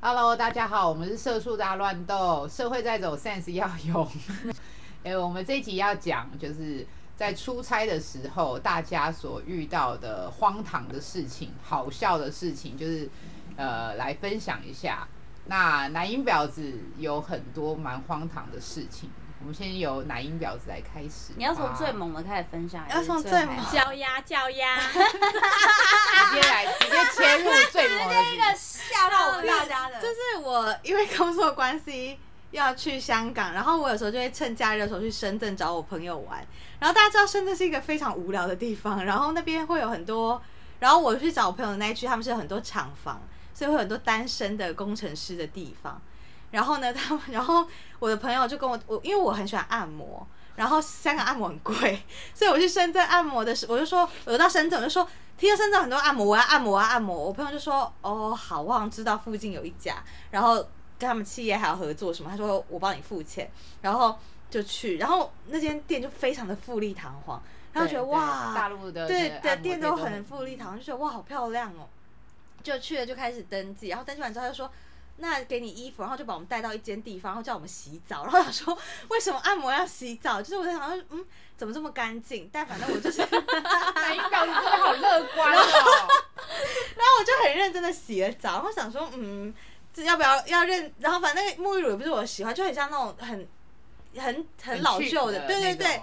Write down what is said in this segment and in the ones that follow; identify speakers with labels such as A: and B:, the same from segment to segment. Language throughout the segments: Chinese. A: Hello，大家好，我们是社畜大乱斗，社会在走，sense 要用。哎、我们这一集要讲就是在出差的时候，大家所遇到的荒唐的事情、好笑的事情，就是呃来分享一下。那男音婊子有很多蛮荒唐的事情，我们先由男音婊子来开始吧。
B: 你要从最猛的开始分享，还是
C: 要从
B: 最
C: 最猛
D: 脚丫脚丫，
A: 直接来，直接切入最猛的
B: 这个
A: 事
B: 吓到我们大家的，
C: 就是我因为工作关系要去香港，然后我有时候就会趁假日的时候去深圳找我朋友玩。然后大家知道深圳是一个非常无聊的地方，然后那边会有很多， 然后我去找我朋友的那一区，他们是有很多厂房，所以会有很多单身的工程师的地方。然后呢，他们， 然后我的朋友就跟我，我因为我很喜欢按摩，然后香港按摩很贵，所以我去深圳按摩的时，我就说，我到深圳我就说，听到深圳很多按摩，我要按摩，我要按摩。我朋友就说，哦，好，我好像知道附近有一家，然后跟他们企业还有合作什么，他说我帮你付钱，然后就去，然后那间店就非常的富丽堂皇，然后觉得
A: 对
C: 哇，
A: 大陆的
C: 对
A: 的
C: 的店都很富丽堂，皇，就觉得哇好漂亮哦，就去了就开始登记，然后登记完之后他就说。那给你衣服，然后就把我们带到一间地方，然后叫我们洗澡。然后想说，为什么按摩要洗澡？就是我在想说，嗯，怎么这么干净？但反正我就是，然 后
A: 男音婊子真的好乐观哦。
C: 我就很认真的洗了澡，然后想说，嗯，这要不要要认？然后反正那个沐浴乳也不是我喜欢，就很像那种很很很老旧的，对对对。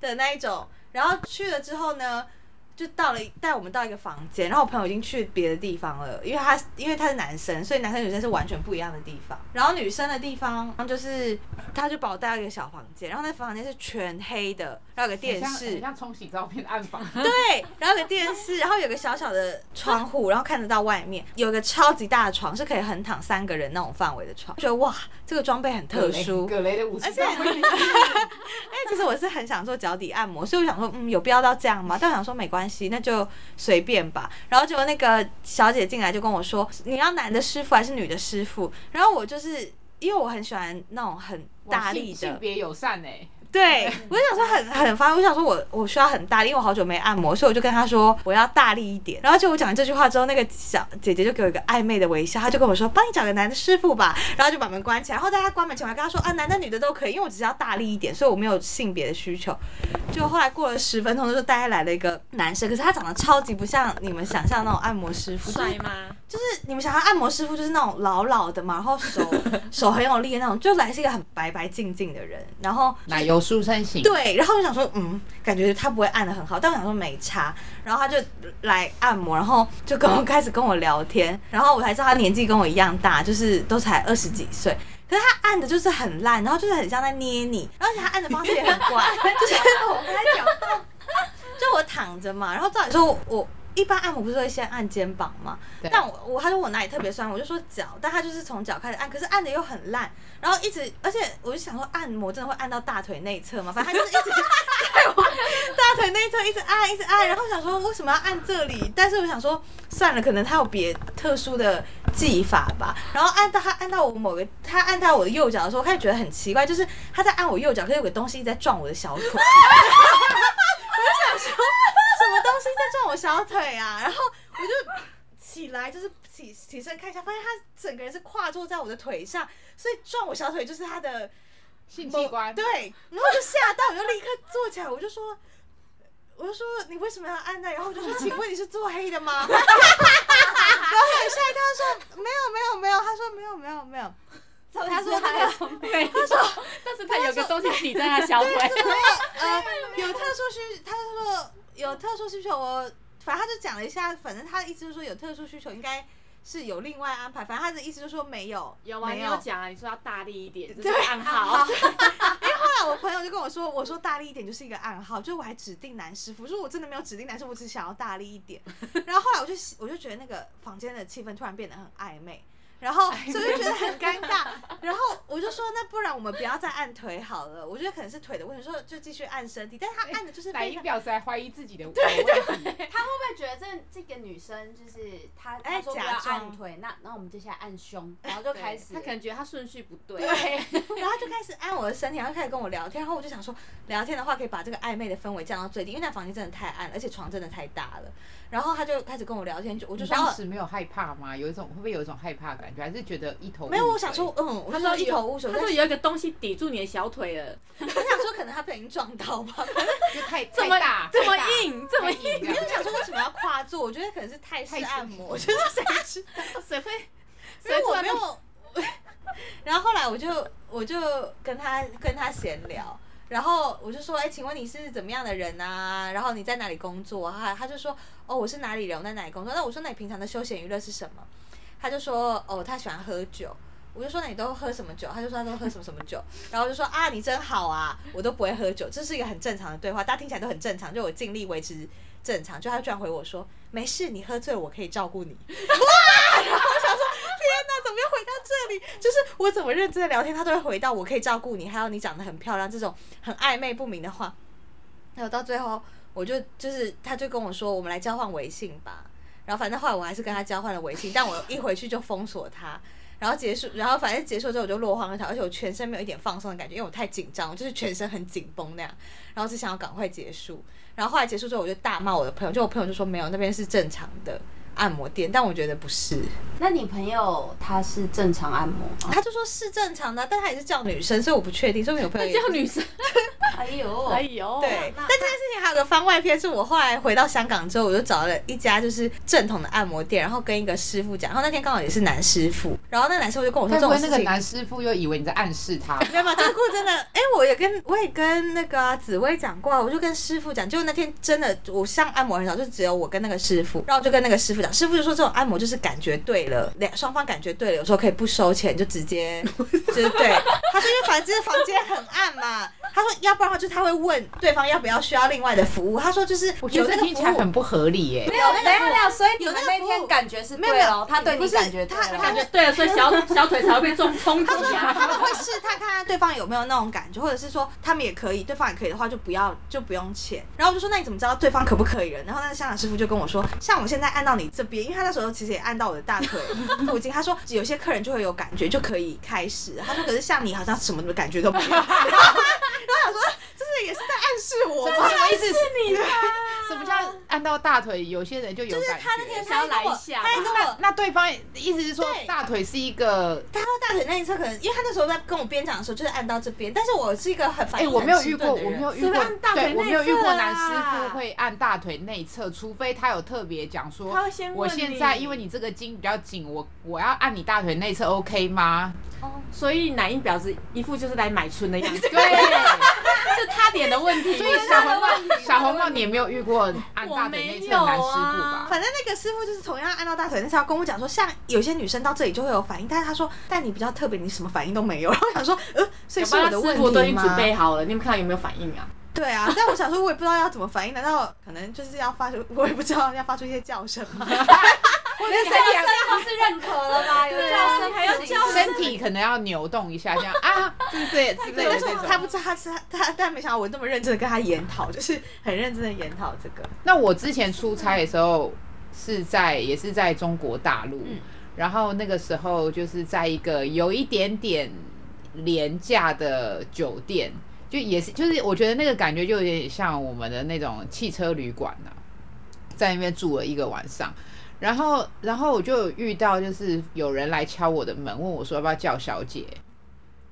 C: 的那一种。然后去了之后呢，就到了带我们到一个房间，然后我朋友已经去别的地方了，因为他因为他是男生，所以男生女生是完全不一样的地方。然后女生的地方就是，他就把我带到一个小房间，然后那房间是全黑的，然后有个
A: 很
C: 电
A: 像很
C: 视，
A: 像冲洗照片的暗房，
C: 对，然后有个电视，然后有个小小的窗户，然后看得到外面，有个超级大的床，是可以横躺三个人那种范围的床，觉得哇，这个装备很特殊，
A: 葛雷的五十，
C: 而且，哎，其实我是很想做脚底按摩，所以我想说，嗯，有必要到这样吗？但我想说没关系，那就随便吧。然后结果那个小姐进来就跟我说，你要男的师傅还是女的师傅？然后我就是因为我很喜欢那种很大力
A: 性性
C: 的，
A: 别友善哎，
C: 对我就想说很很烦，我想说我我需要很大力，因为我好久没按摩，所以我就跟她说我要大力一点。然后就我讲完这句话之后，那个小姐姐就给我一个暧昧的微笑，她就跟我说帮你找个男的师傅吧，然后就把门关起来。然后在她关门前，我还跟她说啊，男的女的都可以，因为我只是要大力一点，所以我没有性别的需求。就后来过了十分钟，就带来了一个男生，可是他长得超级不像你们想象那种按摩师傅，
D: 帅吗？
C: 就是你们想象按摩师傅就是那种老老的嘛，然后 手手很有力的那种，就来是一个很白白净净的人，然后
A: 奶油书生型，
C: 对，然后我就想说，嗯，感觉他不会按的很好，但我想说没差，然后他就来按摩，然后就跟我开始跟我聊天，然后我才知道他年纪跟我一样大，就是都才二十几岁。可是他按的就是很烂，然后就是很像在捏你，而且他按的方式也很怪， 就是我跟他讲话， 就我躺着嘛，然后照理说我我一般按摩不是会先按肩膀嘛，
A: 对
C: 但我我他说我哪里特别酸，我就说脚，但他就是从脚开始按，可是按的又很烂，然后一直，而且我就想说按摩真的会按到大腿内侧吗？反正他就是一直 在我大腿内侧一直按一直按，然后想说为什么要按这里？但是我想说算了，可能他有别特殊的技法吧。然后按到他按到我某个他按到我的右脚的时候，我开始觉得很奇怪，就是他在按我右脚，可是有个东西一直在撞我的小腿。 我就想说什么东西在撞我小腿啊？然后我就起来，就是起起身看一下，发现他整个人是跨坐在我的腿上，所以撞我小腿就是他的
A: 性器官，
C: 对，然后我就吓到，我就立刻坐起来，我就说。我就说你为什么要按那？然后我就说，请问你是做黑的吗？然 后他很吓一跳，他说没有没有没有，他说没有没有没有，
B: 他说他有
D: 对，他说，但是他有个东西抵在他小腿，
C: 呃，有特殊需，他就说有特殊需求，我反正他就讲了一下，反正他的意思就是说有特殊需求应该是有另外安排，反正他的意思就是说没有，
D: 有啊，
C: 没
D: 你
C: 有
D: 有。讲啊，你说要大力一点，这
C: 对
D: 是个暗号，
C: 因为后来我朋友就跟我说，我说大力一点就是一个暗号，就是我还指定男师傅，说我真的没有指定男师傅，我只想要大力一 点。然后后来我就我就觉得那个房间的气氛突然变得很暧昧，然后所以我就觉得很尴尬。然后我就说，那不然我们不要再按腿好了，我觉得可能是腿的问题，说就继续按身体，但是他按的就是
A: 奶
C: 非
A: 音
C: 常。
A: 婊子还怀疑自己的对对，
B: 他会不会觉得这这个女生就是她，
C: 哎
B: 她说不要
C: 假装
B: 按
D: 哎
B: 腿，那那我们接下来按 胸，然后就开始
D: 他
B: 了，
D: 可能觉得他顺序不对，
C: 然后他就开始按我的身体，然后开始跟我聊天，然后我就想说，聊天的话可以把这个暧昧的氛围降到最低，因为那房间真的太暗，而且床真的太大了。然后他就开始跟我聊天，就我
A: 我
C: 就
A: 就
C: 说，
A: 当
C: 哦
A: 时没有害怕吗？有一种会不会有一种害怕感？感觉，还是觉得一头
C: 没有，
A: 雾
C: 我想
A: 水
C: 说，嗯，我
D: 他
C: 就
D: 说
C: 是一头雾水。
D: 他
C: 但
D: 说
C: 是
D: 有一个东西抵住你的小腿了，
C: 我想说，可能他不小心撞到吧。
A: 就太
D: 这
A: 太
D: 么
A: 大，
D: 这么
A: 太大
D: 硬，这么
A: 太硬
D: 硬，
A: 这
C: 没
A: 样
C: 有想说为什么要跨坐，我觉得可能是泰式
A: 泰式
C: 按摩，就是谁知道？
D: 谁会？
C: 因为
D: 谁
C: 我
D: 突然
C: 没有。 我然后后来我就我就跟他跟他闲聊，然后我就说，哎、请问你是怎么样的人啊？然后你在哪里工作啊？他他就说，哦，我是哪里人，我在哪里工作。那我说，那你平常的休闲娱乐是什么？他就说，哦，他喜欢喝酒。我就说那你都喝什么酒？他就说他都喝什么什么酒，然后我就说啊你真好啊，我都不会喝酒，这是一个很正常的对话，大家听起来都很正常，就我尽力维持正常。就他居然回我说没事，你喝醉了我可以照顾你。哇！然后我想说天哪，啊怎么又回到这里？就是我怎么认真的聊天，他都会回到我可以照顾你，还有你长得很漂亮这种很暧昧不明的话。然后到最后，我就就是他就跟我说，我们来交换微信吧。然后反正后来我还是跟他交换了微信，但我一回去就封锁他。然后结束，然后反正结束之后我就落荒而逃，而且我全身没有一点放松的感觉，因为我太紧张，我就是全身很紧绷那样，然后只想要赶快结束。然后后来结束之后，我就大骂我的朋友，就我朋友就说没有，那边是正常的按摩店，但我觉得不是。
B: 那你朋友他是正常按摩吗？
C: 他就说是正常的，但他也是叫女生，所以我不确定，说明有朋友也
D: 叫女生，
B: 哎呦，
D: 哎呦，
C: 对，
B: 那
C: 但这件事情还有个番外篇，是我后来回到香港之后，我就找了一家就是正统的按摩店，然后跟一个师傅讲，然后那天刚好也是男师傅，然后那男师傅就跟我说
A: 该
C: 这
A: 不
C: 种
A: 会那
C: 事
A: 个
C: 情，
A: 男师傅又以为你在暗示他？
C: 没有没有，这个故事真 的，哎、我也跟我也跟那个紫薇讲过啊，我就跟师傅讲，就那天真的我上按摩很少，就只有我跟那个师傅，然后我就跟那个师傅讲，师傅就说这种按摩就是感觉对了，两双方感觉对了，有时候可以不收钱就直 接就是对，他说因为反正房间很暗嘛，他说要不然的话就是他会问对方要不要需要另外的服务，他说就是
A: 我觉
C: 有
A: 得
C: 那
A: 这
C: 个
A: 听起
C: 服
A: 来
C: 务
A: 很不合理耶、
B: 没有没有没有，所以你
C: 有那
B: 们
C: 个
B: 那
C: 服务
B: 天感觉是
C: 没有
B: 对
C: 没有
B: 咯，他对
C: 不
B: 你
C: 是
B: 感觉对
C: 他他
B: 了
C: 就。
D: 对了，所以小 小腿才会被重冲击
C: 他
D: 啊。
C: 们会试探看看对方有没有那种感觉，或者是说他们也可以，对方也可以的话就不要就不用钱。然后我就说那你怎么知道对方可不可以了？然后那个香港师傅就跟我说，像我现在按到你这边，因为他那时候其实也按到我的大腿附近，他说有些客人就会有感觉就可以开始。他说可是像你好像什么的感觉都没有。 然后我想说这是也是在暗示我吧？
A: 什么意思？是你什么叫按到大腿？有些人就有感觉。
C: 啊他那天
D: 想要
C: 他还跟
D: 来
C: 我
D: 一下吧
C: 他还跟
D: 哦
C: 我
A: 那对方意思是说
C: 对，
A: 大腿是一个，
C: 他到大腿那一侧可能，因为他那时候在跟我边讲的时候，就是按到这边，但是我是一个很
A: 哎、
C: 反应
A: 我没有
C: 很迟
A: 遇
C: 钝
A: 过，
C: 的人
A: 我没有遇
D: 是不
A: 过
D: 是按，大腿
A: 对，我没有
D: 内
A: 遇过
D: 侧
A: 男
D: 啊
A: 师傅会按大腿内侧，除非他有特别讲说
D: 他会先，问
A: 我现在
D: 你
A: 因为你这个筋比较紧，我我要按你大腿内侧，OK 吗？
D: 所以男一婊子一副就是来买春的样子，
A: 对，
D: 是他点的问题。
A: 所以小红帽，小红帽你也没有遇过按大腿内侧的男师
D: 我没有啊
A: 傅吧？
C: 反正那个师傅就是同样按到大腿，但是他跟我讲说，像有些女生到这里就会有反应，但是他说，但你比较特别，你什么反应都没有。然后我想说，呃，所以是我的问
D: 我都已
C: 题
D: 经
C: 吗？
D: 准备好了，你们看有没有反应啊？
C: 对啊，但我想说，我也不知道要怎么反应，难道可能就是要发出，我也不知道要发出一些叫声吗？
B: 我觉得这样算是认可了吧？有叫声
D: 还要
B: 不行
D: 叫
A: 身体可能要扭动一下，这样啊，是不是？是不 是
C: 对，
A: 有
C: 但
A: 这
C: 是
A: 种？
C: 我他不知道他是他他，但没想到我那么认真的跟他研讨，就是很认真的研讨这个。
A: 那我之前出差的时候是在也是在中国大陆，然后那个时候就是在一个有一点点廉价的酒店，就也是就是我觉得那个感觉就有点像我们的那种汽车旅馆呐、在那边住了一个晚上。然后，然后我就有遇到，就是有人来敲我的门，问我说要不要叫小姐，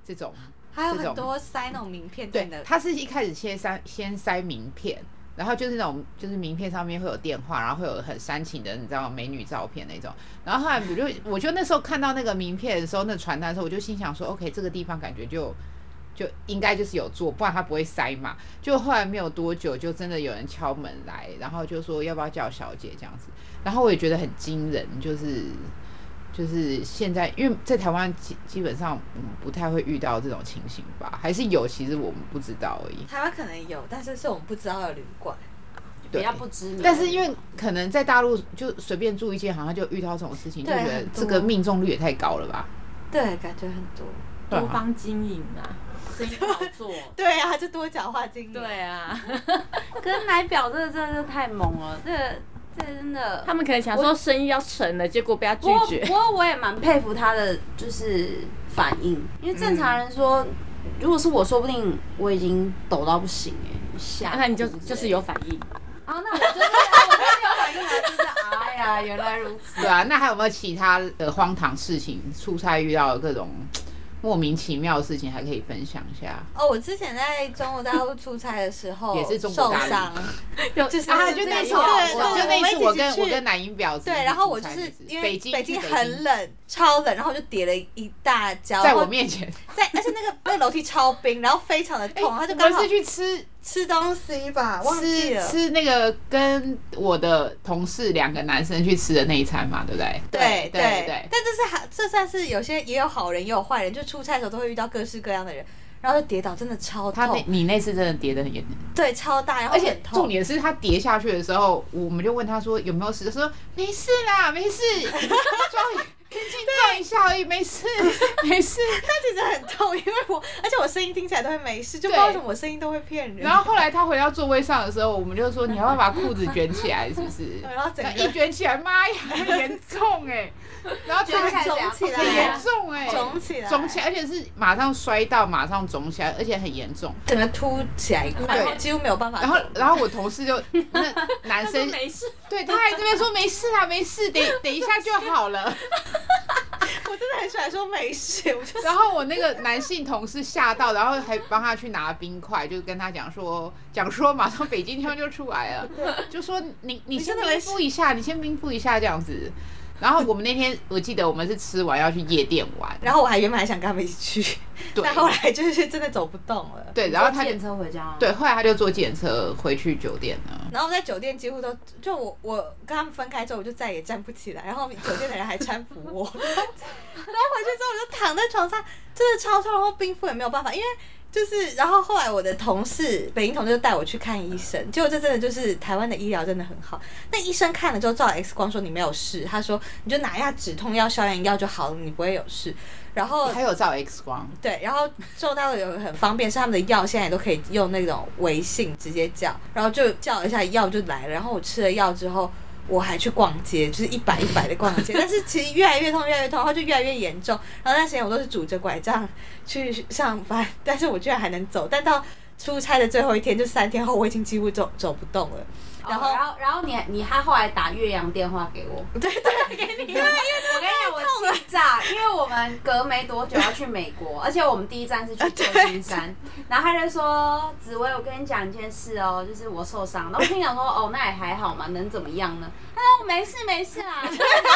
A: 这种
C: 还有
A: 这
C: 很
A: 种
C: 多塞那种名片
A: 对
C: 进的，，
A: 他是一开始先塞先塞名片，然后就是那种就是名片上面会有电话，然后会有很煽情的，你知道美女照片那种。然后后来我就我就那时候看到那个名片的时候，那传单的时候，我就心想说，OK，这个地方感觉就。就应该就是有做，不然他不会塞嘛。就后来没有多久，就真的有人敲门来，然后就说要不要叫小姐这样子。然后我也觉得很惊人，就是就是现在，因为在台湾基基本上嗯不太会遇到这种情形吧，还是有，其实我们不知道而已。
C: 台湾可能有，但是是我们不知道的旅馆。
B: 比较不知名。
A: 但是因为可能在大陆就随便住一间，好像就遇到这种事情，就
C: 对
A: 觉得
C: 很多
A: 这个命中率也太高了吧？
C: 对，感觉很多。
A: 对
D: 多
A: 啊，
D: 方经营啊，生意好 做。
C: 对啊，就多角化经营。
D: 对啊，
B: 可是奶表这个真的是太猛了，这个这个真的
D: 他。们可能想说生意要成了，结果被他
B: 不
D: 拒
B: 过
D: 绝
B: 不。过我也蛮佩服他的就是反应，因为正常人说，如果是我说不定我已经抖到不行哎、吓。
D: 那你就就是有。反应，
B: 哦啊，那我就是啊我就是有反应啊，就是哎呀，啊，原来如此。
A: 对啊，那还有没有其他的荒唐事情？出差遇到的各种莫名其妙的事情，还可以分享一下。
C: 哦，我之前在中国大陆出差的时 候
A: 也是中国
C: 受
A: 大陆
C: 伤， 就是
A: 啊，就那
C: 一
A: 次
C: 次
A: 我，
C: 对
A: 我就
C: 对，
A: 那
C: 们
A: 一
C: 一
A: 次
C: 起
A: 我跟
C: 去
A: 我跟南英表子一起出差那次，
C: 对，然后我就是因为
A: 北京
C: 京北
A: 去
C: 很，冷，哦超冷，然后我就跌了一大跤，
A: 在
C: 然后
A: 我面 前，
C: 在，而且那个那个楼梯超冰，然后非常的痛，哎他就
A: 我
C: 刚
A: 们
C: 好
A: 是去吃
C: 吃东西吧，忘记
A: 吃
C: 了。
A: 吃那个跟我的同事两个男生去吃的那一餐嘛，对不对？
C: 对
A: 对对
C: 但这是好，这算是有些也有好人，也有坏人，就出差的时候都会遇到各式各样的人，然后就跌倒，真的超
A: 他那
C: 痛，
A: 你那次真的跌得很严，
C: 对，超大，然后
A: 而且
C: 很
A: 重
C: 痛，
A: 点是他跌下去的时候，我们就问他说有没有事，他说没事啦，没事， 撞一 轻轻撞一下而已，没事，没事。
C: 但其实很痛，因为我，而且我声音听起来都会没事，就不知道为什么我声音都会骗人。
A: 然后后来他回到座位上的时候，我们就说你要不要把裤子卷起来，是不是？
C: 对然后整
A: 那
C: 个
A: 一卷起来，妈呀，很严重哎、然后
B: 卷起来
A: 他
B: 怎样
C: 肿起
A: 很
C: 来
A: 严
C: 啊，
A: 重哎、
C: 肿起来，
A: 肿起来，而且是马上摔到，马上肿起来，而且很严重。
C: 整个凸起来一块，
A: 对
C: 然后几乎没有办法
A: 然
C: 动。
A: 后，然后我同事就那男
D: 他说
A: 生，
D: 没事，
A: 对他还这边说没事啊，没事，等等一下就好了。
C: 我真的很喜欢说没事，我就
A: 然后我那个男性同事吓到，然后还帮他去拿冰块，就跟他讲说，讲说马上北京腔就出来了，就说你你先
C: 真的没
A: 冰敷一下，你先冰敷一下这样子。然后我们那天我记得我们是吃完要去夜店玩，
C: 然后我还原本还想跟他们一起去，
A: 对
C: 但后来就是真的走不动了。
A: 对，然后他就
B: 检车回家吗？
A: 对，后来他就坐计程车回去酒店了。
C: 然后在酒店几乎都就我我跟他们分开之后，我就再也站不起来，然后酒店的人还搀扶我， 然后回去之后我就躺在床上，真的超痛，然后冰敷也没有办法，因为就是然后后来我的同事北京同事就带我去看医生，结果这真的就是台湾的医疗真的很好，那医生看了之后照 X 光说你没有事，他说你就拿一下止痛药、消炎药就好了，你不会有事。然后
A: 还有照 X 光，
C: 对，然后受到有很方便，是他们的药现在也都可以用那种微信直接叫，然后就叫一下药就来了。然后我吃了药之后，我还去逛街，就是一百一百的逛街，但是其实越来越痛，越来越痛，然后就越来越严重。然后那时间我都是拄着拐杖去上班， 但是我居然还能走，但到出差的最后一天，就三天后，我已经几乎走走不动了。
B: 哦，
C: 然
B: 然
C: 后
B: 后然后然后你你还后来打岳阳电话给我，
C: 对对，给你，因为
B: 我跟你讲，我气炸，因为我们隔没多久要去美国，而且我们第一站是去旧金山，然后他就说：“紫薇，我跟你讲一件事哦，就是我受伤。”然后我心想说：“哦，那也还好嘛，能怎么样呢？”他说：“哦没事没事 啊。”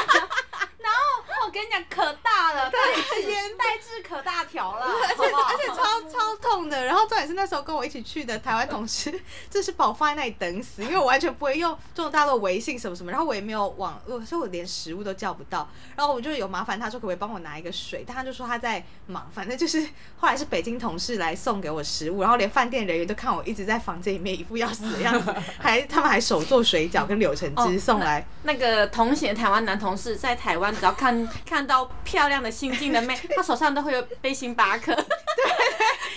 B: 然后我跟你讲，可大了，代志代志可大条了，
C: 而且
B: 好不好
C: 而且超超痛的。然后重点是那时候跟我一起去的台湾同事， 就是把我放在那里等死，因为我完全不会用中国大陆的微信什么什么，然后我也没有网络，所以我连食物都叫不到。然后我就有麻烦他说可不可以帮我拿一个水，但他就说他在忙，反正就是后来是北京同事来送给我食物，然后连饭店人员都看我一直在房间里面一副要死的样子，还他们还手做水饺跟柳橙汁
D: 哦
C: 送来。
D: 那个同行的台湾男同事在台湾，只要看 看到漂亮的新晋的妹，他手上都会有杯星巴克。 对，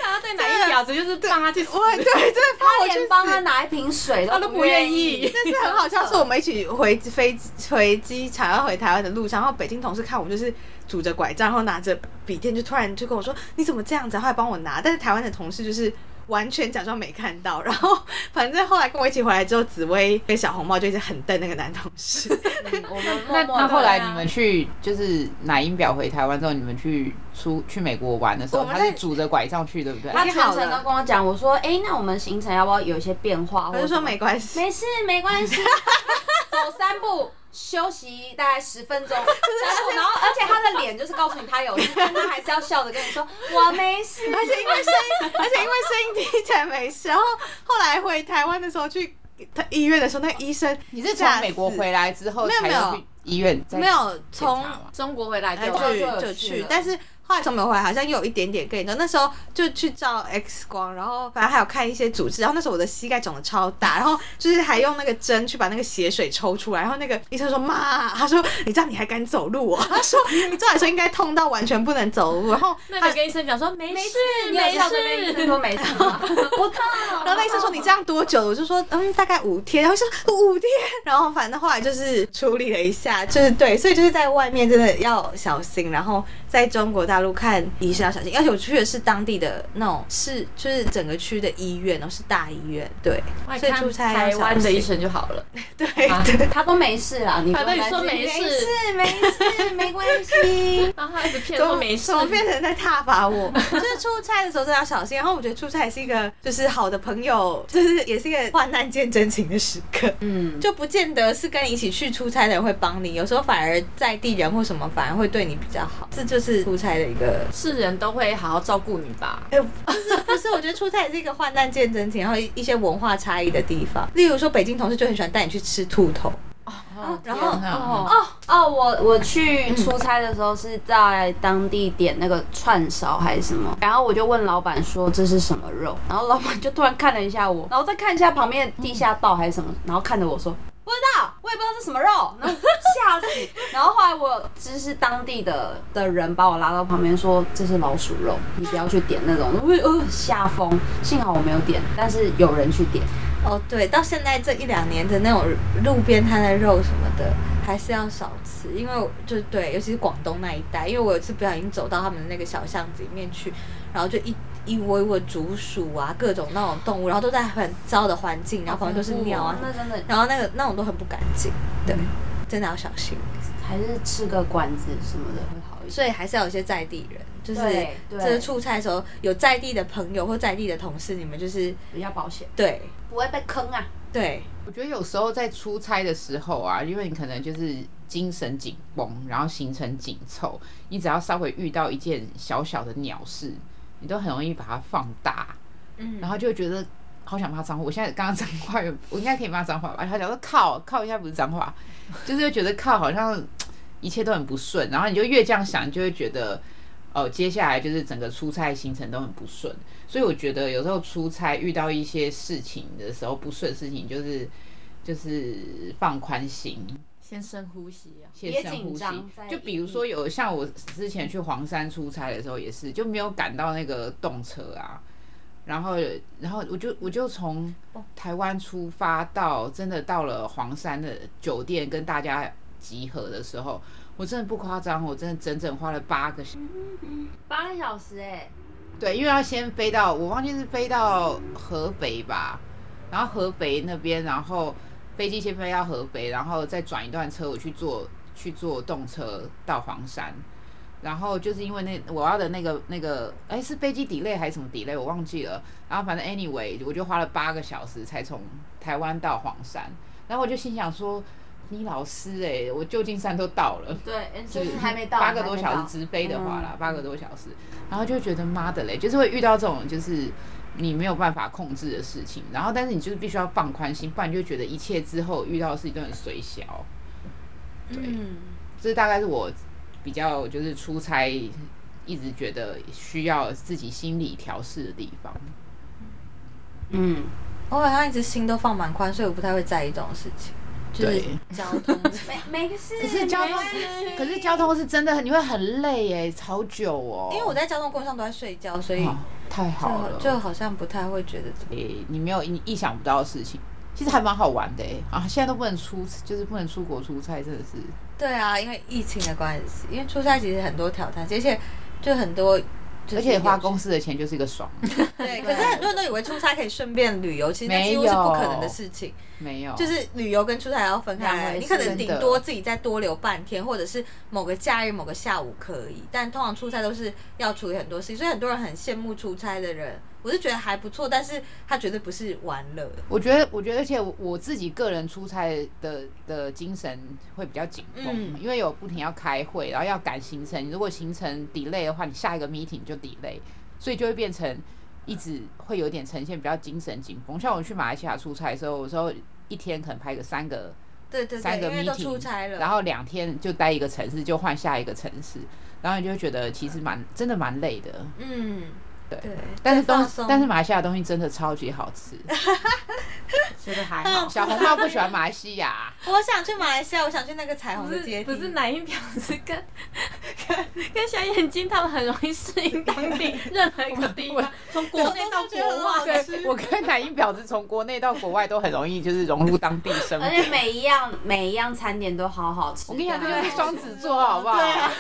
D: 他对哪一婊子就是帮他去 死。
C: 哇，对，真的怕
B: 他
C: 我去
B: 连帮他拿一瓶水
D: 他都
B: 不
D: 不愿
B: 意
D: 意。
C: 但是很好笑，是我们一起回飞机回机场要回台湾的路上，然后北京同事看我就是拄着拐杖，然后拿着笔电，就突然就跟我说：“你怎么这样子啊？”后来帮我拿，但是台湾的同事就是。完全假装没看到，然后反正后来跟我一起回来之后，紫薇跟小红帽就一直很瞪那个男同 事，
B: 嗯我们默
A: 那
B: 默
A: 那
B: 地
A: 后来
D: 对啊
A: 你们去就是奶英表回台湾之后，你们去出去美国玩的时候，
C: 我们
A: 他
C: 在
A: 是拄着拐杖去，对不对？
B: 他
C: 已
B: 全
C: 经好
B: 程
C: 了
B: 都跟我讲，我说，哎、那我们行程要不要有一些变化？
C: 我就说没
B: 关
C: 关系，
B: 没事，没关 系，走三步。休息大概十分钟， 三步，然后而且他的脸就是告诉你他有事，但他还是要笑着跟你说 我没事。
C: 而且因为声音，而且因为声音听起来没事，然后后来回台湾的时候去医院的时候，那个医生
A: 你是
C: 吓
A: 从美国
C: 死
A: 回来之后
C: 没有
A: 才
C: 没有
A: 要去医院再
C: 没
A: 检
C: 有
A: 查
C: 从
A: 吗
D: 中国回来
C: 哎，
D: 就
B: 对
C: 去
B: 就有
C: 就
B: 去
C: 去
B: 了，
C: 但是后来从美回来好像又有一点点更严重。那时候就去照 X 光，然后反正还有看一些组织，然后那时候我的膝盖肿的超大，然后就是还用那个针去把那个血水抽出来，然后那个医生说妈，他说你这样你还敢走路、哦？他说你照理说应该痛到完全不能走路，然后
D: 那个跟医生讲说没事
B: 你有
D: 没
B: 笑着跟医
D: 事
B: 生，说没事 吗？不痛。
C: 然后那医生说你这样多久了？我就说嗯，大概五天。然后医生说五天。然后反正后来就是处理了一下，啊，就是对，所以就是在外面真的要小心，然后在中国大陆看医生要小心，而且我去的是当地的那种是就是整个区的医院哦，是大医院，对，所以出差要
D: 台
C: 小
D: 湾的医
C: 心，
D: 生就好了。
C: 对
D: 啊
C: 对。
B: 他都没事啦，你
D: 反正你说
B: 没
D: 没
B: 事，
D: 事，
C: 没事，没关系。
D: 然后他一直骗
C: 怎
D: 说
C: 么
D: 没事
C: 怎，么变成在挞伐 我？就是出差的时候真的要小心。然后我觉得出差也是一个，就是好的朋友，就是也是一个患难见真情的时刻。
B: 嗯，
C: 就不见得是跟你一起去出差的人会帮你，有时候反而在地人或什么反而会对你比较好。这就是出差的一个，
D: 是人都会好好照顾你吧？
C: 哎、不是不是，我觉得出差也是一个患难见真情，然后一些文化差异的地方。例如说，北京同事就很喜欢带你去吃兔头，
A: 哦
C: 然后
A: 天哪
D: 哦
B: 哦哦，我我去出差的时候是在当地点那个串烧还是什么，然后我就问老板说这是什么肉，然后老板就突然看了一下我，然后再看一下旁边的地下道还是什么，然后看着我说。不知道，我也不知道是什么肉，然后吓死。 然后后来我就是当地的的人把我拉到旁边说这是老鼠肉，你不要去点那种，我就呃吓疯。幸好我没有点，但是有人去点。
C: 哦，对，到现在这一两年的那种路边摊的肉什么的，还是要少吃，因为我就对，尤其是广东那一带，因为我有一次不小心走到他们那个小巷子里面去，然后就一一窝一窝竹鼠啊，各种那种动物，然后都在很糟的环境，然后旁边都是尿啊，
B: 那真的
C: 然后那个那种都很不干净，对，真的要小心。
B: 还是吃个馆子什么的会好一些。
C: 所以还是要有一些在地人，就是
B: 对对
C: 这是出差的时候有在地的朋友或在地的同事，你们就是
B: 比较保险，
C: 对
B: 不会被坑啊。
C: 对，
A: 我觉得有时候在出差的时候啊，因为你可能就是精神紧绷，然后行程紧凑，你只要稍微遇到一件小小的鸟事，你都很容易把它放大，嗯，然后就会觉得好想骂脏话。我现在刚刚脏话有， 我应该可以骂脏话吧？他讲说靠靠，应该不是脏话，就是会觉得靠好像一切都很不顺，然后你就越这样想，你就会觉得。哦，接下来就是整个出差行程都很不顺，所以我觉得有时候出差遇到一些事情的时候不顺的事情，就是就是放宽心，
D: 先深呼吸啊！
A: 先深
B: 紧
A: 呼吸
B: 张在。
A: 就
B: 意
A: 比如说有像我之前去黄山出差的时候，也是就没有赶到那个动车啊，然后然后我就我就从
B: 哦
A: 台湾出发到真的到了黄山的酒店跟大家集合的时候，我真的不夸张，我真的整整花了八个小时。
B: 八个小时哎、
A: 对，因为要先飞到，我忘记是飞到河北吧，然后河北那边，然后飞机先飞到河北，然后再转一段车，我去坐去坐动车到黄山，然后就是因为那我要的那个那个，哎，是飞机 delay 还是什么 delay，我忘记了。然后反正 anyway，我就花了八个小时才从台湾到黄山，然后我就心想说，你老师哎、我旧金山都到了。
B: 对，
A: 就
B: 就是是还没到
A: 八个多小时
B: 还没
A: 直飞的话啦，
B: 嗯
A: 八个多小时，然后就觉得妈的嘞，就是会遇到这种就是你没有办法控制的事情，然后但是你就是必须要放宽心，不然你就觉得一切之后遇到的事情都很随小。
C: 嗯，
A: 这大概是我比较就是出差一直觉得需要自己心理调试的地方。
B: 嗯，
C: 我哦好像一直心都放蛮宽，所以我不太会在意这种事情，就是
A: 对
C: 交通。
B: 没没事。
A: 可是交通，可是交通是真的很，你会很累耶，好久哦。
C: 因为我在交通过程上都在睡觉，所以
A: 哦太好了
C: 就，就好像不太会觉得怎么
A: 诶、你没有你意想不到的事情，其实还蛮好玩的诶、啊！现在都不能出，就是不能出国出差，真的是
C: 对啊，因为疫情的关系，因为出差其实很多挑战，而且就很多。就是
A: 而且花
C: 有
A: 公司的钱就是一个爽，
C: 对，可是很多人都以为出差可以顺便旅游，其实那
A: 没
C: 几
A: 有
C: 乎是不可能的事情。
A: 没有，
C: 就是旅游跟出差要分开
B: 两回
C: 来，
B: 事
C: 你可能顶多自己再多留半天，或者是某个假日、某个下午可以。但通常出差都是要处理很多事情，所以很多人很羡慕出差的人。我是觉得还不错，但是他绝对不是玩乐。
A: 我觉得，我觉得，而且我我自己个人出差的的精神会比较紧绷，
C: 嗯
A: 因为有不停要开会，然后要赶行程。如果行程 delay 的话，你下一个 meeting 就 delay，所以就会变成一直会有点呈现比较精神紧绷。像我去马来西亚出差的时候，有时候一天可能拍个三个
C: 对对对，
A: 三个
C: 因为都出
A: meeting，
C: 差了，
A: 然后两天就待一个城市，就换下一个城市，然后你就会觉得其实蛮真的蛮累的。
C: 嗯，
A: 对
C: 对，
A: 但是
C: 再放
A: 东
C: 松
A: 但是马来西亚的东西真的超级好吃，
D: 觉得还好，
A: 小红帽不喜欢马来西亚，
C: 我想去马来西亚，我想去那个彩虹
D: 不
C: 的阶梯，
D: 是不是，奶音表是跟跟小眼睛他们很容易适应当地任何一个地
A: 我
D: 方，从国内到国外。
C: 对
A: 对，我跟南英婊子从国内到国外都很容易就是融入当地生活
B: 而。且每一样每一样餐点都好好吃。
A: 我跟你讲，这
B: 对
A: 就
B: 啊
A: 是双子座，好不好？
C: 对啊，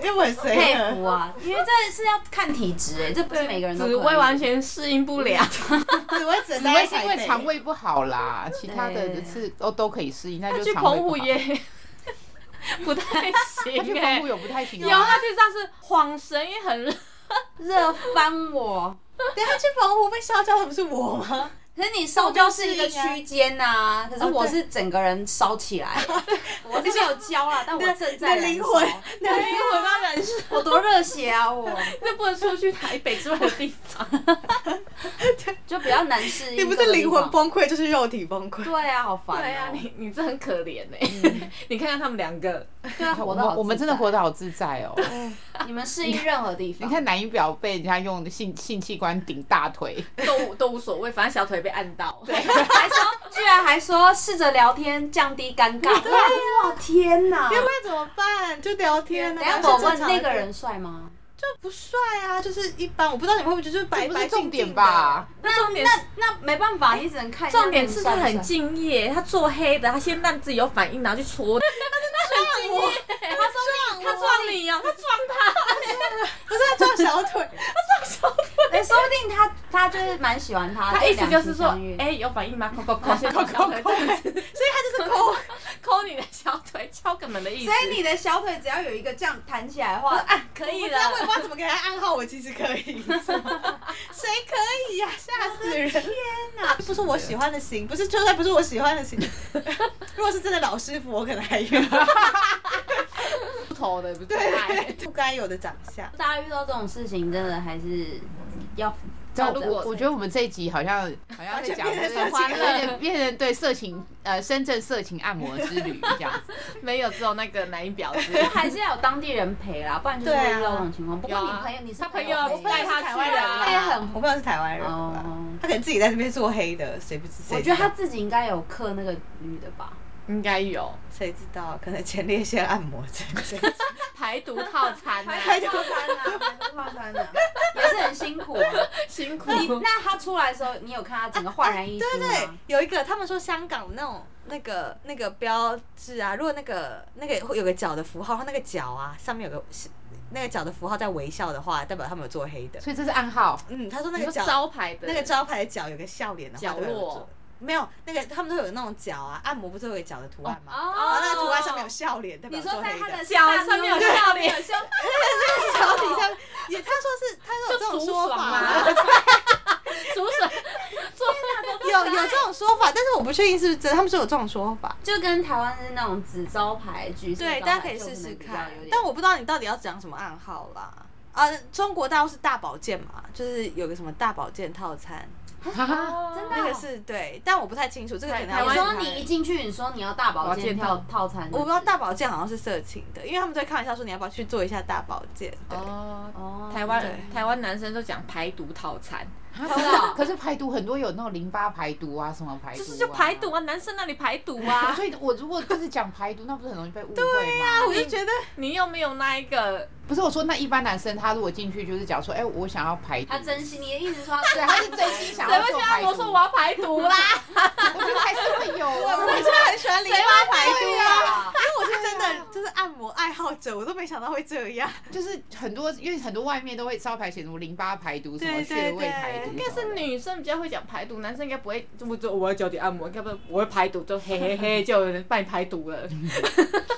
C: 因为我很随
B: 佩服
C: 和。
B: 啊， 因为这是要看体质哎，这不是每个人都可以
D: 紫薇完全适应不了，
C: 紫薇只能
A: 紫
C: 待
A: 薇
C: 在
A: 是因
C: 台
A: 为
C: 北
A: 肠胃不好啦，其他的
B: 对
A: 是都都可以适应，那
D: 他
A: 就
D: 去
A: 肠胃
D: 澎
A: 不
D: 湖
A: 好。
D: 也 不 太
A: 他去
D: 行
A: 澎
D: 哎
A: 湖。有不太行
D: 有，
A: 啊，
D: 他去上次晃神，因为很热，
B: 热翻我。
C: 等一下去澎湖被烧焦的不是我吗？
B: 可是你烧焦是一个区间呐，可是我
C: 对
B: 是整个人烧起来，哦 我是没有焦啦，但我正在
C: 你的
B: 燃
C: 灵
B: 烧
C: 魂，
D: 对，我当然是
B: 我多热血啊！我
D: 那不能出去台北之外的地方。
B: 就比较难适应。
C: 你不是灵魂？崩溃就是肉体崩溃。
B: 对啊，好烦哦。
D: 对呀、你你这很可怜哎、 你看看他们两个，
B: 对啊，
A: 我
B: 活得
A: 们
B: 好
A: 我们真的活
B: 到，
A: 得好自在哦。
B: 你们适应任何地方。
A: 你看男一表被人家用性性器官顶大腿，
D: 都都无所谓，反正小腿被按到。对，
B: 还说，居然还说试着聊天降低尴尬。哇，天哪！
C: 要不然怎么办？就聊天
B: 等
C: 啊。
B: 一下我问那个人帅吗？
C: 就不帅啊，就是一般。我不知道你们会不会就是白
A: 这不
C: 白
A: 是
C: 净
A: 重
C: 净
A: 点
C: 的
A: 吧？？
D: 那重点是
B: 那没办法，你只能看一下
D: 重点是他
B: 那个人
D: 很
B: 帅
D: 敬业，他做黑的，他先让自己有反应，然后去戳。
C: 他撞
D: 他撞你啊！他撞
C: 不是他撞小腿，
B: 不帅。哎，说不定他他就是蛮喜欢他的。
D: 他意思就是说
B: 两情相，悦
D: 哎、有反应吗？抠抠抠，先抠抠抠，
C: 所以他就是抠。
D: 抠你的小腿，敲个门的意思
B: 所。以你的小腿只要有一个这样弹起来的话，
D: 啊，可以
C: 我不知
D: 了
C: 道，我也不知道怎么给他暗号，我其实可以。谁可以呀、吓死人！天哪，不是我喜欢的型，不是就算不是我喜欢的型，如果是真的老师傅，我可能还有
D: 秃头的不对。 对
C: 不该有的长相。
B: 大家遇到这种事情，真的还是要
A: 那
B: 照
A: 如
B: 着
A: 果我觉得我们这一集好像好像在讲
C: 完全变成
A: 这个
C: 色情
A: 有点变成对色情呃深圳色情按摩之旅这样子。
D: 没有，只有那个男一婊子。
B: 还是要有当地人陪啦，不然就是会遇到这种情况。不过你
D: 有啊
B: 朋友，你是
D: 他朋
B: 友
D: 友
B: 陪
D: 带他去啊
B: 他也很
C: 我朋友是台湾人吧
B: 哦
C: 他可能自己在那边做黑的，谁不知谁知道？
B: 我觉得他自己应该有克那个女的 吧，
D: 应该有
C: 谁知道？可能前列腺按摩之类的。
D: 排毒套餐、啊，
C: 排毒
B: 餐
C: 套
B: 啊，排毒套餐啊， 也是很辛苦啊。
D: 辛苦。
B: 你那他出来的时候，你有看他整个焕然一
C: 哎啊对
B: 新
C: 对对
B: 吗？，
C: 有一个他们说香港那种那个那个标志啊，如果那个那个会有个角的符号，它那个角啊上面有个是那个角的符号在微笑的话，代表他们有做黑的。
A: 所以这是暗号，
C: 嗯，他说那
D: 你
C: 个
D: 说
C: 角
D: 招牌的
C: 那个招牌的角有个笑脸的话
D: 角
C: 都有
D: 落
C: 做没有那个他们都有那种角啊，按摩不是会有角的图案吗？
B: 哦
C: 然后那个图案上面有笑脸，代表
B: 你说
C: 做
B: 在
C: 黑
B: 他的
D: 脚
B: 大
D: 上面有
B: 妞
D: 笑脸
B: 有笑
C: 脚底下也他说是他说有这种说法啊，
D: 就竹竹笋做
C: 有有这种说法，但是我不确定是不是真的，他们说有这种说法。
B: 就跟台湾是那种紫招牌、橘色招牌，
C: 对，大家可以试试看。但我不知道你到底要讲什么暗号啦。啊，中国大陆是大保健嘛，就是有个什么大保健套餐，
A: 哈哈，
B: 啊真的
C: 那个是对，但我不太清楚这个可能
D: 哦台
C: 要
B: 你
C: 问
D: 湾
B: 说
C: 他
B: 你一进去，你说你要大保健套套餐，
C: 我不知道大保健好像是色情的，因为他们在开玩笑说你要不要去做一下大保健。对，
D: 哦。
B: 哦，
D: 台湾
C: 对
D: 台湾男生都讲排毒套餐，
A: 啊可是排毒很多有那种淋巴排毒啊，什么排毒、啊，
D: 就是就排毒啊，男生那里排毒啊，
A: 所以我如果就是讲排毒，那不是很容易被误会吗？
C: 啊我就觉得
D: 你又没有那一个，
A: 不是我说，那一般男生他如果进去就是讲说，哎、我想要排毒，
B: 他真心，你的意思说
A: 对，
B: 对
A: 他是真心想
D: 谁
A: 要
D: 会
A: 做
D: 去
A: 排
D: 按
A: 毒
D: 摩。说我要排毒啊 啦？
A: 我觉得还是会有啊，
C: 我真的很喜欢淋巴排毒啊，
B: 啊，
C: 因为我是真的就是按摩爱好者，我都没想到会这样。
A: 就是很多，因为很多外面都会招牌写什么淋巴排毒、什么
C: 对
A: 穴
C: 对
A: 位
C: 对
A: 排毒什么
D: 应
A: 的，
D: 该是女生比较会讲排毒，男生应该不会这么做。我要脚底按摩，应该不我会排毒，就嘿嘿嘿，就有人帮你排毒 了。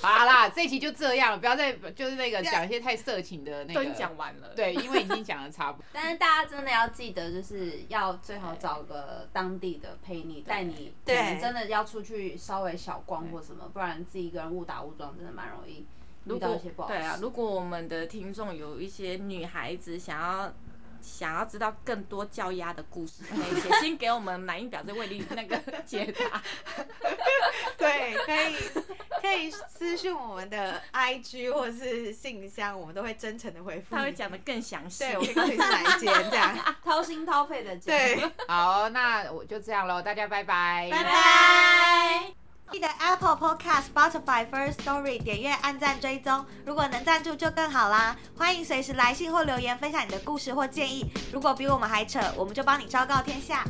A: 好啦，这一集就这样了，不要再就是那个讲一些太色情的那
D: 都
A: 个。
D: 已经讲完了，，
A: 对，因为已经讲的差不多。
B: 但是大家真的要记得，就是要最好找个当地的陪你带你，
C: 对
B: 可能真的要出去稍微小逛或什么，不然自己一个人误打误撞，真的蛮容易遇
D: 如
B: 到
D: 果
B: 一些不好的
D: 对
B: 事。
D: 啊，如果我们的听众有一些女孩子想要。想要知道更多叫鸭的故 事，可以写信给我们男音表这位你那个解 答。
C: 对，可以可以私讯我们的 IG 或是信箱，我们都会真诚的回复你。
D: 他会讲的更详细。
C: 对，我可以 告诉你是哪一间这样。
B: 掏心掏 肺的讲，
C: 对，
A: 好，那我就这样喽，大家拜拜，
C: 拜
B: 拜拜。
E: 记得 Apple Podcast、Spotify、First Story 点阅、按赞、追踪。如果能赞助就更好啦！欢迎随时来信或留言分享你的故事或建议。如果比我们还扯，我们就帮你昭告天下。